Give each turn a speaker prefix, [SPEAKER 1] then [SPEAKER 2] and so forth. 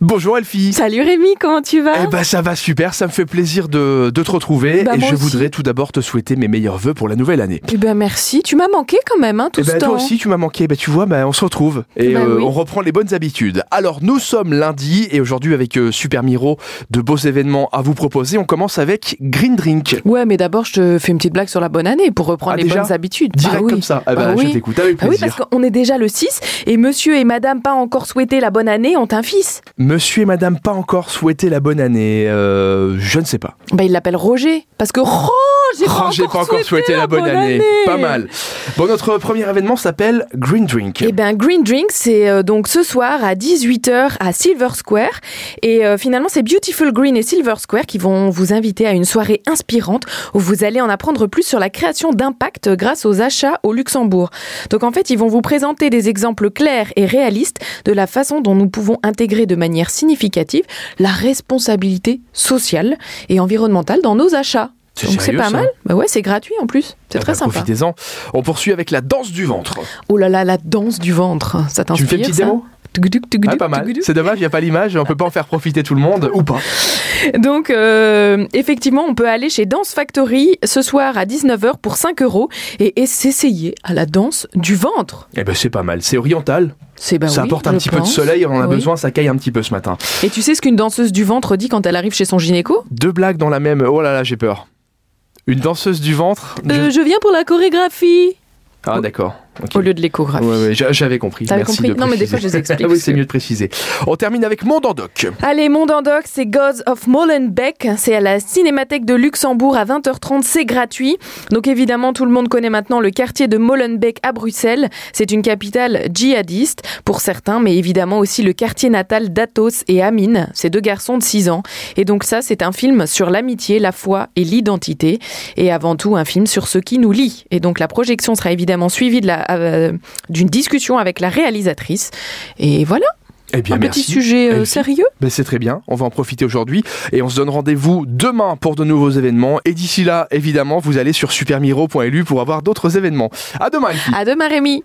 [SPEAKER 1] Bonjour Elfie.
[SPEAKER 2] Salut Rémi, comment tu vas
[SPEAKER 1] Eh ben ça va super, ça me fait plaisir de, de te retrouver
[SPEAKER 2] Bah,
[SPEAKER 1] et je
[SPEAKER 2] moi aussi.
[SPEAKER 1] voudrais tout d'abord te souhaiter mes meilleurs vœux pour la nouvelle année.
[SPEAKER 2] Eh ben merci, tu m'as manqué quand même hein, tout
[SPEAKER 1] Eh ben,
[SPEAKER 2] ce temps.
[SPEAKER 1] toi aussi tu m'as manqué, ben, tu vois, ben, on se retrouve et euh,
[SPEAKER 2] Bah oui.
[SPEAKER 1] on reprend les bonnes habitudes. Alors nous sommes lundi et aujourd'hui avec euh, Super Miro, de beaux événements à vous proposer. On commence avec Green Drink,
[SPEAKER 2] Ouais, mais d'abord je te fais une petite blague sur la bonne année pour reprendre
[SPEAKER 1] Ah,
[SPEAKER 2] les
[SPEAKER 1] déjà
[SPEAKER 2] bonnes habitudes.
[SPEAKER 1] direct
[SPEAKER 2] Bah oui.
[SPEAKER 1] comme ça. Eh ben,
[SPEAKER 2] Bah
[SPEAKER 1] je
[SPEAKER 2] oui.
[SPEAKER 1] t'écoute avec
[SPEAKER 2] Bah oui,
[SPEAKER 1] plaisir.
[SPEAKER 2] parce qu'on est déjà le 6 et monsieur et madame pas encore souhaité la bonne année ont un fils.
[SPEAKER 1] Monsieur et Madame pas encore souhaité la bonne année, euh, je ne sais pas.
[SPEAKER 2] Bah ils l'appellent Roger parce que Roger pas,
[SPEAKER 1] Oh, j'ai
[SPEAKER 2] encore
[SPEAKER 1] pas encore souhaité la bonne année. Pas mal. Bon, notre premier événement s'appelle Green Drink.
[SPEAKER 2] Eh bien, Green Drink, c'est euh, donc ce soir à 18h à Silver Square. Et euh, finalement, c'est Beautiful Green et Silver Square qui vont vous inviter à une soirée inspirante où vous allez en apprendre plus sur la création d'impact grâce aux achats au Luxembourg. Donc en fait, ils vont vous présenter des exemples clairs et réalistes de la façon dont nous pouvons intégrer de manière significative la responsabilité sociale et environnementale dans nos achats. Donc c'est
[SPEAKER 1] sérieux,
[SPEAKER 2] pas
[SPEAKER 1] ça
[SPEAKER 2] mal. Bah ouais, c'est gratuit en plus. C'est
[SPEAKER 1] Ah
[SPEAKER 2] très
[SPEAKER 1] bah,
[SPEAKER 2] sympa.
[SPEAKER 1] Profitez-en. On poursuit avec la danse du ventre.
[SPEAKER 2] Oh là là, la danse du ventre, ça
[SPEAKER 1] Tu
[SPEAKER 2] t'inspire
[SPEAKER 1] me fais une petite
[SPEAKER 2] ça
[SPEAKER 1] démo
[SPEAKER 2] Tuguduk, tuguduk,
[SPEAKER 1] Ah, Pas mal.
[SPEAKER 2] tuguduk.
[SPEAKER 1] C'est dommage, il n'y a pas l'image, on peut pas en faire profiter tout le monde. Ou pas.
[SPEAKER 2] Donc, euh, effectivement, on peut aller chez Dance Factory ce soir à 19h pour 5 euros et, et s'essayer à la danse du ventre.
[SPEAKER 1] Eh ben c'est pas mal, c'est oriental.
[SPEAKER 2] C'est bah
[SPEAKER 1] ça
[SPEAKER 2] oui,
[SPEAKER 1] apporte un
[SPEAKER 2] je
[SPEAKER 1] petit peu de
[SPEAKER 2] pense.
[SPEAKER 1] soleil, on en a
[SPEAKER 2] Oui.
[SPEAKER 1] besoin, ça caille un petit peu ce matin.
[SPEAKER 2] Et tu sais ce qu'une danseuse du ventre dit quand elle arrive chez son gynéco
[SPEAKER 1] Deux blagues dans la même. Oh là là, j'ai peur. Une danseuse du ventre. je-
[SPEAKER 2] Euh, Je viens pour la chorégraphie
[SPEAKER 1] Ah d'accord. ok.
[SPEAKER 2] Au lieu de l'échographie.
[SPEAKER 1] Ouais, ouais, j'a- j'avais compris.
[SPEAKER 2] T'avais
[SPEAKER 1] Merci
[SPEAKER 2] compris
[SPEAKER 1] de
[SPEAKER 2] Non, mais des
[SPEAKER 1] préciser.
[SPEAKER 2] fois, je les explique,
[SPEAKER 1] Ah oui,
[SPEAKER 2] parce
[SPEAKER 1] c'est
[SPEAKER 2] que-
[SPEAKER 1] mieux de préciser. On termine avec Mondandoc.
[SPEAKER 2] Allez, mon dandoc, c'est Gods of Molenbeek. C'est à la Cinémathèque de Luxembourg à 20h30. C'est gratuit. Donc évidemment, tout le monde connaît maintenant le quartier de Molenbeek à Bruxelles. C'est une capitale djihadiste pour certains, mais évidemment aussi le quartier natal d'Athos et Amine, ces deux garçons de 6 ans. Et donc ça, c'est un film sur l'amitié, la foi et l'identité. Et avant tout, un film sur ce qui nous lie. Et donc la projection sera évidemment suivie de la- euh, d'une discussion avec la réalisatrice. Et voilà,
[SPEAKER 1] Eh bien,
[SPEAKER 2] un
[SPEAKER 1] merci.
[SPEAKER 2] petit sujet euh,
[SPEAKER 1] Elfie.
[SPEAKER 2] sérieux.
[SPEAKER 1] Ben, c'est très bien, on va en profiter aujourd'hui et on se donne rendez-vous demain pour de nouveaux événements. Et d'ici là, évidemment, vous allez sur supermiro.lu pour avoir d'autres événements. À demain, les filles.
[SPEAKER 2] À demain, Rémi.